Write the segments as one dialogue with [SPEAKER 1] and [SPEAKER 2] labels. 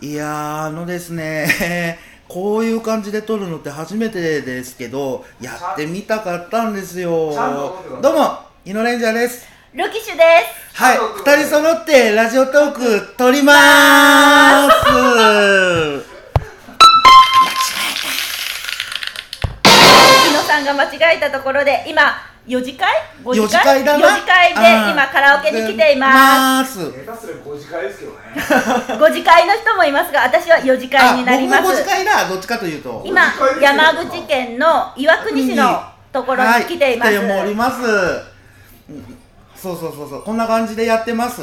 [SPEAKER 1] いやーあのですね こういう感じで撮るのって初めてですけどやってみたかったんですよ
[SPEAKER 2] ちゃんと撮ってください
[SPEAKER 1] どうもイノレンジャーです
[SPEAKER 3] ルキシュです。
[SPEAKER 1] はい
[SPEAKER 2] ちゃんと撮って
[SPEAKER 1] 2人揃ってラジオトーク撮りま ーす
[SPEAKER 3] 日野さんが間違えたところで、今、4次会 ?5
[SPEAKER 1] 四
[SPEAKER 3] 次
[SPEAKER 1] 次
[SPEAKER 3] 会
[SPEAKER 1] 会だな
[SPEAKER 3] 四次会で
[SPEAKER 1] うん
[SPEAKER 3] 今カラオケに来ています。
[SPEAKER 1] す
[SPEAKER 2] 下手すれば5次会ですけどね
[SPEAKER 3] 5次会の人もいますが、私は4次会になりま
[SPEAKER 1] あ僕も
[SPEAKER 3] す
[SPEAKER 1] 5。次会だどっちかというと
[SPEAKER 3] 今
[SPEAKER 2] 五次会です、よ
[SPEAKER 3] 山口県の岩国市のところに来ていま
[SPEAKER 1] は
[SPEAKER 3] す。
[SPEAKER 1] い、来ておりますうんそうそうそうそうこんな感じでやってます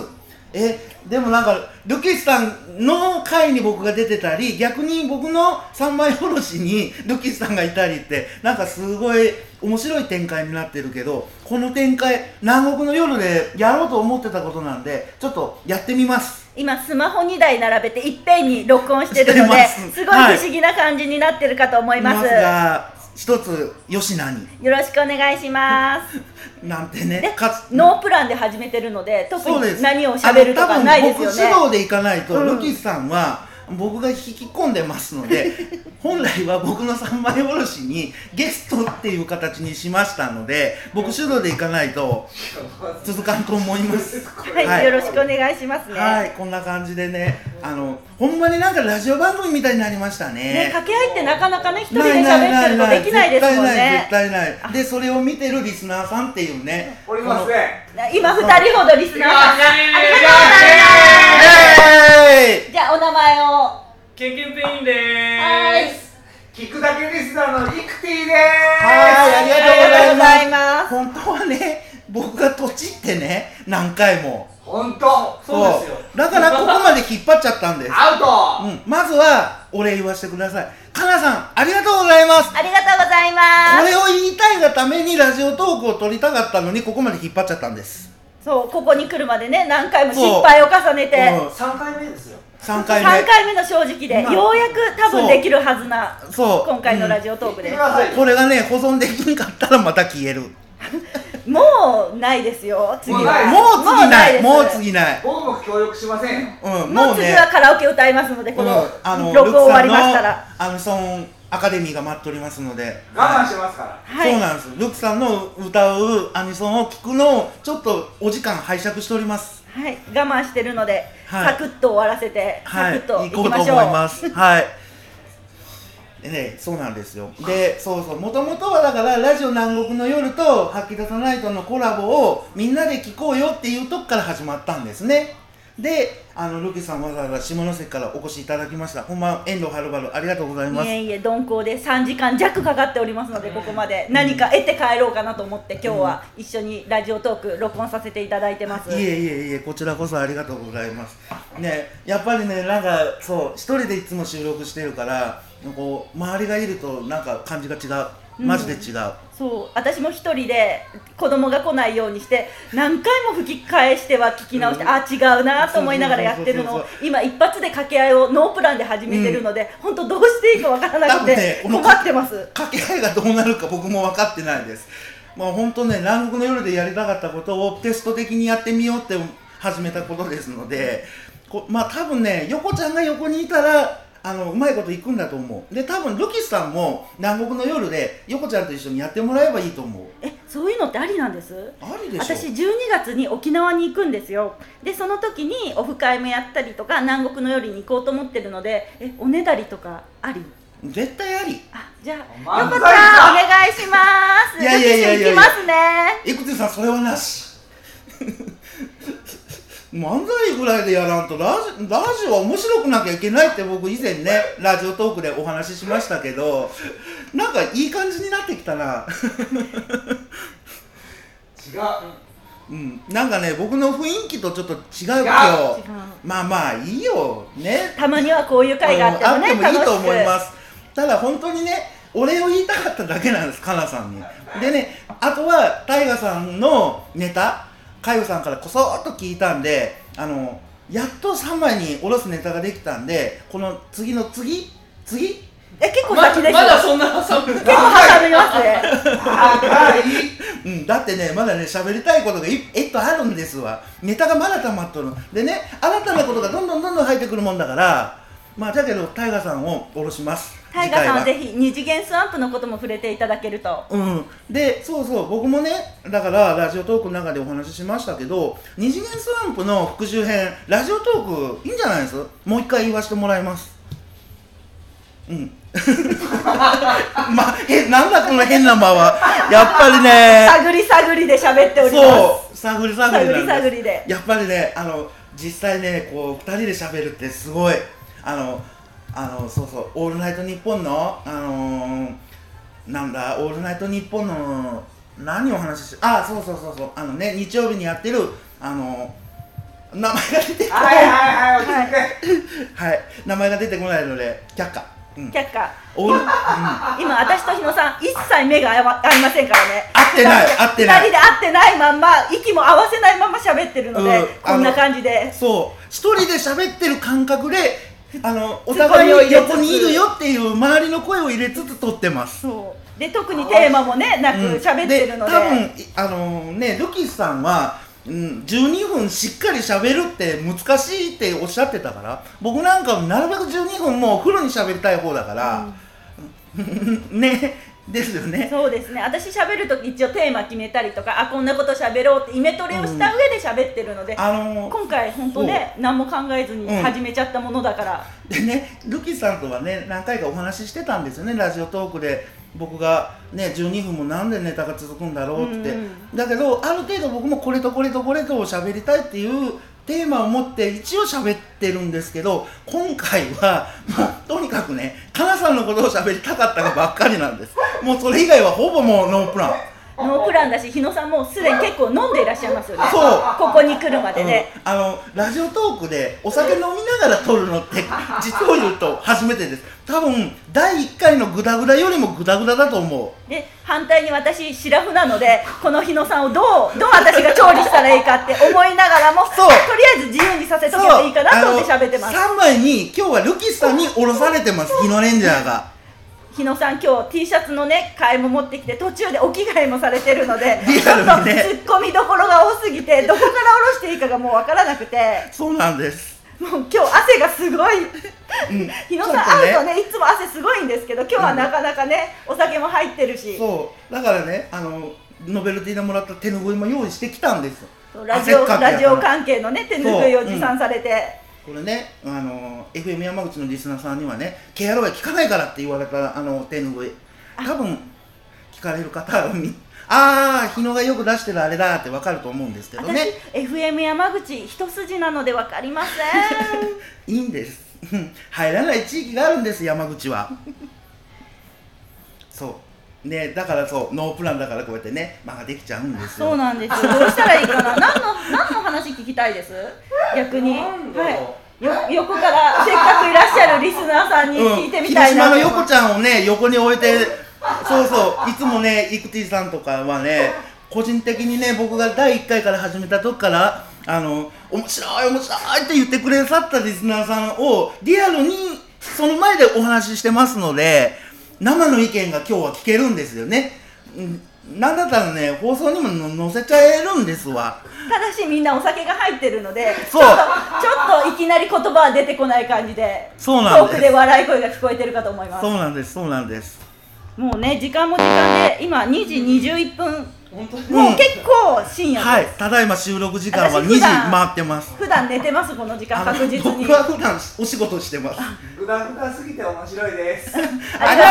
[SPEAKER 1] えでもなんかルキスさんの回に僕が出てたり逆に僕の三枚おろしにルキスさんがいたりってなんかすごい面白い展開になってるけどこの展開南国の夜でやろうと思ってたことなんでちょっとやってみます
[SPEAKER 3] 今スマホ2台並べていっぺんに録音してる
[SPEAKER 1] して
[SPEAKER 3] の
[SPEAKER 1] ま
[SPEAKER 3] ですすごい不思議な感じになってるかと思います、
[SPEAKER 1] が一つよしなに
[SPEAKER 3] よろしくお願いします
[SPEAKER 1] なんてね
[SPEAKER 3] で
[SPEAKER 1] かつ
[SPEAKER 3] ノープランで始めてるので特
[SPEAKER 1] そうで
[SPEAKER 3] に
[SPEAKER 1] す
[SPEAKER 3] 何を喋るとかないですよ
[SPEAKER 1] あの多分
[SPEAKER 3] ね
[SPEAKER 1] 僕主導でいかないと、
[SPEAKER 3] うん
[SPEAKER 1] ルキスさんは僕が引き込んでますの で本来は僕の三枚おろしにゲストっていう形にしましたので僕主導でいかないと続かんと思い ます。
[SPEAKER 3] はい、
[SPEAKER 1] はい
[SPEAKER 3] よろしくお願いしますね,、
[SPEAKER 1] はい、こんな感じでね、あの、ほんまになんかラジオ番組みたいになりました
[SPEAKER 3] ね
[SPEAKER 1] ね。
[SPEAKER 3] 掛け合いってなかなかね一人で喋ってるとできないですもんね
[SPEAKER 1] 絶対ない、絶対ない。で、それを見てるリスナーさんっていうね。
[SPEAKER 2] おりますね
[SPEAKER 3] 今二人ほどリスナーさんがありがとうござ
[SPEAKER 1] この
[SPEAKER 3] いま
[SPEAKER 1] イエーイ
[SPEAKER 3] すじゃあお名前を
[SPEAKER 4] ケンケンペインで
[SPEAKER 3] は
[SPEAKER 4] ー
[SPEAKER 3] い
[SPEAKER 4] す。
[SPEAKER 2] 聞くだけリスナーのイクティで
[SPEAKER 1] はい、ありがとうございま
[SPEAKER 3] あ
[SPEAKER 1] す。本当はね、僕がとちってね、何回も。
[SPEAKER 2] す本当
[SPEAKER 4] そうですよ
[SPEAKER 1] だからここまで引っ張っちゃったんです。
[SPEAKER 2] ア
[SPEAKER 1] う
[SPEAKER 2] ウト
[SPEAKER 1] ん、まずはお礼言わせてください。かなさん、ありがとうございます。こ
[SPEAKER 3] りがとうございます
[SPEAKER 1] れを言いたいがためにラジオトークを撮りたかったのに、ここまで引っ張っちゃったんです。
[SPEAKER 3] そうここに来るまでね何回も失敗を重ねて、
[SPEAKER 1] うん、
[SPEAKER 2] 3回目ですよ
[SPEAKER 1] 3
[SPEAKER 3] 3
[SPEAKER 1] 回
[SPEAKER 3] 回
[SPEAKER 1] 目。
[SPEAKER 3] 目の正直で
[SPEAKER 1] まあ
[SPEAKER 3] ようやく多分できるはずな
[SPEAKER 1] そう
[SPEAKER 3] 今回のラジオトー
[SPEAKER 2] 行
[SPEAKER 3] ク
[SPEAKER 2] って
[SPEAKER 3] で
[SPEAKER 2] く、ださい
[SPEAKER 1] これがね、保存できんかったらまた消える。も
[SPEAKER 3] もうないですよ次
[SPEAKER 2] もうない
[SPEAKER 1] う
[SPEAKER 3] は
[SPEAKER 1] 次ない。も
[SPEAKER 3] も
[SPEAKER 1] う
[SPEAKER 3] うないです
[SPEAKER 1] 次ない。
[SPEAKER 2] 僕も協力しませんよ
[SPEAKER 1] うん、
[SPEAKER 3] もう次はカラオケ歌いますのでこの録音終わりましたら、
[SPEAKER 1] アニソンアカデミーが待っておりますので
[SPEAKER 2] 我慢してますから
[SPEAKER 3] はい
[SPEAKER 1] そうなんですルクさんの歌うアニソンを聴くのをちょっとお時間拝借しております
[SPEAKER 3] はい、我慢してるので、
[SPEAKER 1] はい
[SPEAKER 3] サクッと終わらせて、
[SPEAKER 1] はい
[SPEAKER 3] サクッと
[SPEAKER 1] 行こ
[SPEAKER 3] 行
[SPEAKER 1] う
[SPEAKER 3] き
[SPEAKER 1] と
[SPEAKER 3] ま
[SPEAKER 1] 思い
[SPEAKER 3] しょう。
[SPEAKER 1] ますはい でね、そうなんですよでそうそうもともとはだからラジオ南国の夜と吐き出さないとのコラボをみんなで聴こうよっていうとこから始まったんですねであのルキさんわざわざ下関からお越しいただきましたほんま遠藤はるばるありがとうございます
[SPEAKER 3] いえいえ、鈍行で3時間弱かかっておりますので、ここまで何か得て帰ろうかなと思って、今日は一緒にラジオトーク録音させていただいてます。
[SPEAKER 1] いえいえいえこちらこそありがとうございますねやっぱりねなんかそう一人でいつも収録してるからこう周りがいるとなんか感じが違うマジで違う、
[SPEAKER 3] そう、私も一人で子供が来ないようにして、何回も吹き返しては聞き直して、
[SPEAKER 1] うん
[SPEAKER 3] あ違うなと思いながらやってるの
[SPEAKER 1] そう
[SPEAKER 3] を
[SPEAKER 1] そうそう、
[SPEAKER 3] 今一発で掛け合いをノープランで始めてるので、本当どうしていいかわからなくて
[SPEAKER 1] 多分ね
[SPEAKER 3] 困ってます。
[SPEAKER 1] 掛け合いがどうなるか僕も分かってないですまあ本当ね南国の夜でやりたかったことをテスト的にやってみようって始めたことですのでこまあ多分ね横ちゃんが横にいたらあのうまいこといくんだと思うで多分ルキスさんも南国の夜で横ちゃんと一緒にやってもらえばいいと思う
[SPEAKER 3] え、そういうのってありなんです
[SPEAKER 1] ありでしょ
[SPEAKER 3] 私12月に沖縄に行くんですよでその時にオフ会もやったりとか南国の夜に行こうと思ってるのでえおねだりとかあり
[SPEAKER 1] 絶対あり
[SPEAKER 3] あじゃあ
[SPEAKER 2] 漫才か
[SPEAKER 3] 横ちゃんお願いします
[SPEAKER 1] いやいやいやいや
[SPEAKER 3] 行きますね
[SPEAKER 1] いくつさんそれはなし 漫才ぐらいでやらんとラジラジオは面白くなきゃいけないって僕以前ねラジオトークでお話ししましたけどなんかいい感じになってきたな
[SPEAKER 2] 違う
[SPEAKER 1] うんなんかね僕の雰囲気とちょっと違うけど
[SPEAKER 2] 違う
[SPEAKER 3] 違う
[SPEAKER 1] まあまあいいよね
[SPEAKER 3] たまにはこういう会があってもね
[SPEAKER 1] うんあってもいいと思いま
[SPEAKER 3] 楽し
[SPEAKER 1] すただ本当にねお礼を言いたかっただけなんですかなさんにでねあとは大ガさんのネタかよさんからこそっと聞いたんであのやっと3枚におろすネタができたんでこの次の次次
[SPEAKER 3] くえ結構
[SPEAKER 4] ま
[SPEAKER 3] 先です
[SPEAKER 4] ま
[SPEAKER 3] よ、
[SPEAKER 4] だそんな挟む。
[SPEAKER 3] 結構挟みますね
[SPEAKER 2] 長い
[SPEAKER 1] うん、だってね、まだね、喋りたいことがいえっとあるんですわ。ネタがまだ溜まっとる。でね、新たなことがどんどんどんどん入ってくるもんだから、まあだけどタイガさんを下ろします
[SPEAKER 3] タイガさんはぜ
[SPEAKER 1] ひ
[SPEAKER 3] ひ二次元スワンプのことも触れていただけると
[SPEAKER 1] うん、でそうそう僕もねだからラジオトークの中でお話ししましたけど二次元スワンプの復習編ラジオトークいいんじゃないですもう一回言わせてもらいますうん まあえなんだこの変な間はやっぱりね
[SPEAKER 3] 探り探りで喋っております
[SPEAKER 1] そう探り探りなんです
[SPEAKER 3] 探り探りで
[SPEAKER 1] やっぱりねあの実際ねこう2人で喋るってすごいあのあのそうそう「オールナイトニッポン」のあのー、なんだ「オールナイトニッポン」の何をお話ししあそうそうそうそうあのね日曜日にやってるあの名前が出てこ
[SPEAKER 2] はいはいはい、落ち着いて。
[SPEAKER 1] はい名前が出てこないので却下うん
[SPEAKER 3] 却下
[SPEAKER 1] オール、うん、
[SPEAKER 3] 今私と日野さん一切目が合わ合いませんからね
[SPEAKER 1] 合ってない合ってない
[SPEAKER 3] 二人で合ってないまんま息も合わせないまま喋ってるので、
[SPEAKER 1] うん
[SPEAKER 3] こんな感じで
[SPEAKER 1] そう一人で喋ってる感覚であのお互いに横にいるよっていう周りの声を入れつつ撮ってます。
[SPEAKER 3] そうで特にテーマもねなく
[SPEAKER 1] うん
[SPEAKER 3] 喋ってるので,、
[SPEAKER 1] 多分いあのねルキスさんは、うん、12分しっかり喋るって難しいっておっしゃってたから僕なんかなるべく12分もうフルに喋りたい方だから、 ねですよね。
[SPEAKER 3] そうですね私喋るとき一応テーマ決めたりとかあこんなこと喋ろうってイメトレをした上で喋ってるので、
[SPEAKER 1] あの
[SPEAKER 3] 今回本当ね何も考えずに始めちゃったものだから、
[SPEAKER 1] でね、ルキさんとはね、何回かお話ししてたんですよね、ラジオトークで。僕がね、12分もなんでネタが続くんだろうって、
[SPEAKER 3] うん
[SPEAKER 1] だけどある程度僕もこれとこれとこれとを喋りたいっていうテーマを持って一応喋ってるんですけど今回はもうとにかくねかなさんのことを喋りたかったがばっかりなんですもうそれ以外はほぼもうノープラン
[SPEAKER 3] ノープランだし日野さんもすでに結構飲んでいらっしゃいますよね
[SPEAKER 1] そう
[SPEAKER 3] ここに来るまでね、
[SPEAKER 1] うんあのラジオトークでお酒飲みながら撮るのって 実を言うと初めてです多分第1回のグダグダよりもグダグダだと思
[SPEAKER 3] で反対に私シラフなのでこの日野さんをどうどう私が調理したらいいかって思いながらも
[SPEAKER 1] そう
[SPEAKER 3] とりあえず自由にさせ
[SPEAKER 1] う
[SPEAKER 3] とけばいいかなと思って喋ってます
[SPEAKER 1] 3枚に今日はルキスさんに降ろされてます日野レンジャーが
[SPEAKER 3] 日野さん今日 T シャツのね替えも持ってきて途中でお着替えもされてるので
[SPEAKER 1] リアルにね
[SPEAKER 3] ちょっとツッコミどころが多すぎてどこから下ろしていいかがもう分からなくて
[SPEAKER 1] そうなんです
[SPEAKER 3] もう今日汗がすごい
[SPEAKER 1] うん
[SPEAKER 3] 日野さん
[SPEAKER 1] ちょっ
[SPEAKER 3] 会うとねいつも汗すごいんですけど今日はなかなかね、お酒も入ってるし
[SPEAKER 1] そうだからねあのノベルティでもらった手拭いも用意してきたんですよ
[SPEAKER 3] ラジオ
[SPEAKER 1] 汗っかきやから
[SPEAKER 3] ラジオ関係のね手拭いを持参されて、
[SPEAKER 1] これね、あの FM 山口のリスナーさんにはね、ケアロは聞かないからって言われたあの手拭い、多分聞かれる方は、みあー、日野がよく出してるあれだってわかると思うんですけど
[SPEAKER 3] 私、
[SPEAKER 1] ね、
[SPEAKER 3] FM 山口一筋なので分かりま せん
[SPEAKER 1] いいんです、入らない地域があるんです、山口 は。そう、ね、だからそう、ノープランだからこうやってね、間ができちゃうんですよ。
[SPEAKER 3] そうなんですよどうしたらいいかな何の何の話聞きたいです逆に、
[SPEAKER 2] なんだろう
[SPEAKER 3] はい、よ横からせっかくいらっしゃるリスナーさんに聞いて
[SPEAKER 1] うん、
[SPEAKER 3] みた
[SPEAKER 1] 広
[SPEAKER 3] い
[SPEAKER 1] 島の
[SPEAKER 3] なと思い
[SPEAKER 1] 横
[SPEAKER 3] ます、
[SPEAKER 1] ちゃんをね横に置いてそうそういつもねイクティさんとかはね個人的にね僕が第1回から始めた時からあの面白い面白いって言ってくれさったリスナーさんをリアルにその前でお話ししてますので生の意見が今日は聞けるんですよね。うんなんだったらね放送にもの載せちゃえるんですわ。
[SPEAKER 3] ただしみんなお酒が入ってるので
[SPEAKER 1] そう
[SPEAKER 3] ちょっとちょっといきなり言葉は出てこない感じで
[SPEAKER 1] そうなんです
[SPEAKER 3] 遠くで笑い声が聞こえてるかと思います
[SPEAKER 1] そうなんですそうなんです。
[SPEAKER 3] もうね時間も時間で今2時21分、
[SPEAKER 4] 本当に
[SPEAKER 1] ん
[SPEAKER 3] もう結構深夜です、
[SPEAKER 1] はいただいま収録時間は2
[SPEAKER 3] 私普
[SPEAKER 1] 時
[SPEAKER 3] 段
[SPEAKER 1] 回ってます。
[SPEAKER 3] 普段寝てますこの時間
[SPEAKER 1] あの
[SPEAKER 3] 確実に
[SPEAKER 1] 僕は普段お仕事して ます。
[SPEAKER 2] ぐだぐだすぎて面白いです。
[SPEAKER 1] ありが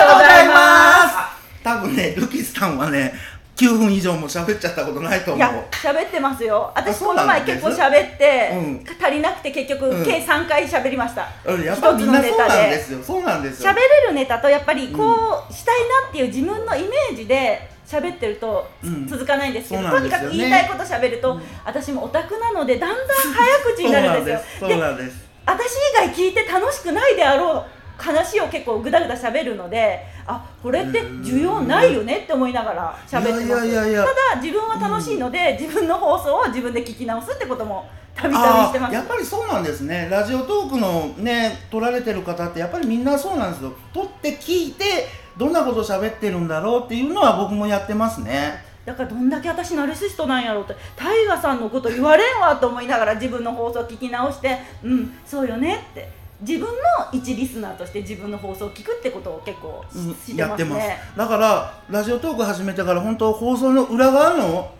[SPEAKER 1] とうございます。多分ね、ルキスさんはね、9分以上も喋っちゃったことないと
[SPEAKER 3] い
[SPEAKER 1] 思う。
[SPEAKER 3] や喋ってますよ
[SPEAKER 1] あ
[SPEAKER 3] 私
[SPEAKER 1] そ
[SPEAKER 3] こ
[SPEAKER 1] うな
[SPEAKER 3] の
[SPEAKER 1] ん
[SPEAKER 3] 前
[SPEAKER 1] で
[SPEAKER 3] 結
[SPEAKER 1] す
[SPEAKER 3] 構喋って、
[SPEAKER 1] うん
[SPEAKER 3] 足りなくて結局、
[SPEAKER 1] うん
[SPEAKER 3] 計3回喋りました
[SPEAKER 1] うんやっぱみんなそうなんですよ。そうなんですよ
[SPEAKER 3] 喋。れるネタとやっぱりこうしたいなっていう自分のイメージで喋ってると
[SPEAKER 1] うん
[SPEAKER 3] 続かないんですけど、
[SPEAKER 1] そう
[SPEAKER 3] と
[SPEAKER 1] なん
[SPEAKER 3] に
[SPEAKER 1] で
[SPEAKER 3] か
[SPEAKER 1] すよね
[SPEAKER 3] く言いたいこと喋ると、私もオタクなのでだんだん早口になるんです
[SPEAKER 1] そ
[SPEAKER 3] よ
[SPEAKER 1] うなんです。そう
[SPEAKER 3] で
[SPEAKER 1] なんです。
[SPEAKER 3] 私以外聞いて楽しくないであろう話を結構ぐだぐだ喋るのであこれって需要ないよねって思いながら喋ってます
[SPEAKER 1] いやいやいやいや
[SPEAKER 3] ただ自分は楽しいので、自分の放送を自分で聞き直すってこともたびたびし
[SPEAKER 1] あ
[SPEAKER 3] てま
[SPEAKER 1] ー
[SPEAKER 3] す
[SPEAKER 1] やっぱりそうなんですねラジオトークのね撮られてる方ってやっぱりみんなそうなんですよ撮って聞いてどんなこと喋ってるんだろうっていうのは僕もやってますね
[SPEAKER 3] だからどんだけ私ナルシストなんやろうってタイガさんのこと言われんわと思いながら自分の放送聞き直してうんそうよねって自分も一リスナーとして自分の放送を聞くってことを結構し,、
[SPEAKER 1] うん
[SPEAKER 3] て
[SPEAKER 1] やっ
[SPEAKER 3] ま
[SPEAKER 1] て
[SPEAKER 3] す
[SPEAKER 1] ます
[SPEAKER 3] ね。
[SPEAKER 1] だからラジオトーク始めてから本当放送の裏側の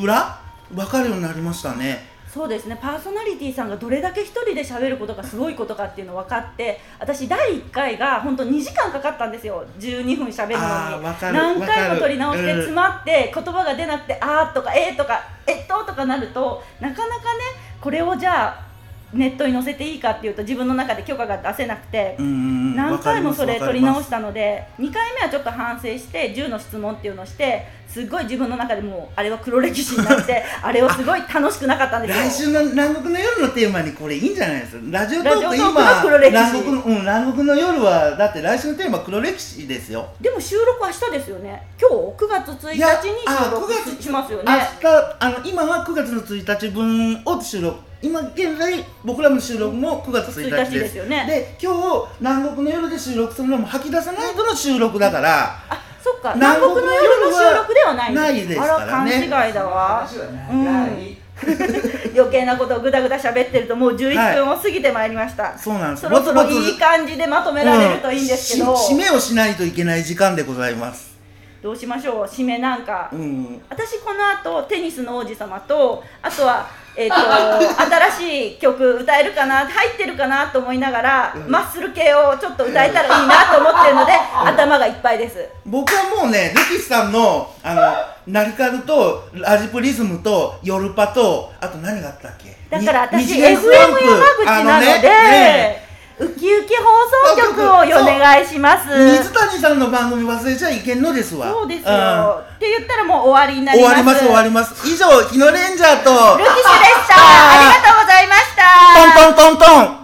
[SPEAKER 1] 裏分かるようになりましたね
[SPEAKER 3] そうですねパーソナリティさんがどれだけ一人で喋ることがすごいことかっていうの分かって私第1回が本当2時間かかったんですよ12分喋る
[SPEAKER 1] あーわかる
[SPEAKER 3] のに何回
[SPEAKER 1] わか
[SPEAKER 3] も
[SPEAKER 1] る
[SPEAKER 3] 取り直して
[SPEAKER 1] うん
[SPEAKER 3] 詰まって言葉が出なくて「あ」とか「え」とか「えっと」とかなるとなかなかねこれをじゃあネットに載せていいかっていうと自分の中で許可が出せなくて
[SPEAKER 1] うんうんうん
[SPEAKER 3] 何回もそれ取り直したたので2回目はちょっと反省して10の質問っていうのをしてすごい自分の中でもうあれは黒歴史になって あれをすごい楽しくなかったんですよ
[SPEAKER 1] 来週の南国の夜のテーマにこれいいんじゃないですかラジオト
[SPEAKER 3] ラジ
[SPEAKER 1] ー
[SPEAKER 3] オト
[SPEAKER 1] ク
[SPEAKER 3] ークの
[SPEAKER 1] 今
[SPEAKER 3] 黒歴史
[SPEAKER 1] 南国の、うん、南国の夜はだって来週のテーマ黒歴史ですよ
[SPEAKER 3] でも収録は明日ですよね今日9月1日に収録
[SPEAKER 1] あ9月
[SPEAKER 3] しますよね
[SPEAKER 1] 明日あの今は9月の1日分を収録今現在僕らの収録も9月1日で
[SPEAKER 3] 1
[SPEAKER 1] す
[SPEAKER 3] 日ですよね
[SPEAKER 1] で今日南国の夜で収録するのも吐き出さないとの収録だから、
[SPEAKER 3] あそっか南
[SPEAKER 1] 南国
[SPEAKER 3] 国の
[SPEAKER 1] の
[SPEAKER 3] 夜の収録ではない
[SPEAKER 1] ないですからね
[SPEAKER 3] あら勘違い だわ
[SPEAKER 2] 話はね
[SPEAKER 3] うん
[SPEAKER 2] ない
[SPEAKER 3] 余計なことをぐだぐだ喋ってるともう11分を過ぎてまいりました、
[SPEAKER 1] そうなんです
[SPEAKER 3] そろそ
[SPEAKER 1] ぼ
[SPEAKER 3] ろ
[SPEAKER 1] つぼつ
[SPEAKER 3] いい感じでまとめられるといいんですけど、
[SPEAKER 1] うし締めをしないといけない時間でございます
[SPEAKER 3] どうしましょう締めなんか、
[SPEAKER 1] うん
[SPEAKER 3] 私この後テニスの王子様とあとは、えー、と 新しい曲歌えるかな入ってるかなと思いながら、マッスル系をちょっと歌えたらいいなと思ってる ので、頭がいっぱいです
[SPEAKER 1] 僕はもうね、ルキスさんの、あの、ナリカルと、ラジプリズムと、ヨルパと、あと何があったっけ
[SPEAKER 3] だから
[SPEAKER 1] に
[SPEAKER 3] 私
[SPEAKER 1] 二次
[SPEAKER 3] FM
[SPEAKER 1] 元
[SPEAKER 3] 山
[SPEAKER 1] スランプ
[SPEAKER 3] 口なのでウキウキ放送局をお願いします
[SPEAKER 1] あのね、水谷さんの番組忘れちゃいけんのですわ。
[SPEAKER 3] そうです
[SPEAKER 1] ん
[SPEAKER 3] よって言ったらもう終わりになり
[SPEAKER 1] 終
[SPEAKER 3] ま
[SPEAKER 1] わりま
[SPEAKER 3] す
[SPEAKER 1] す、終わります。以上、日野レンジャーと、
[SPEAKER 3] ルキスでしたありがとうございました
[SPEAKER 1] トントントントン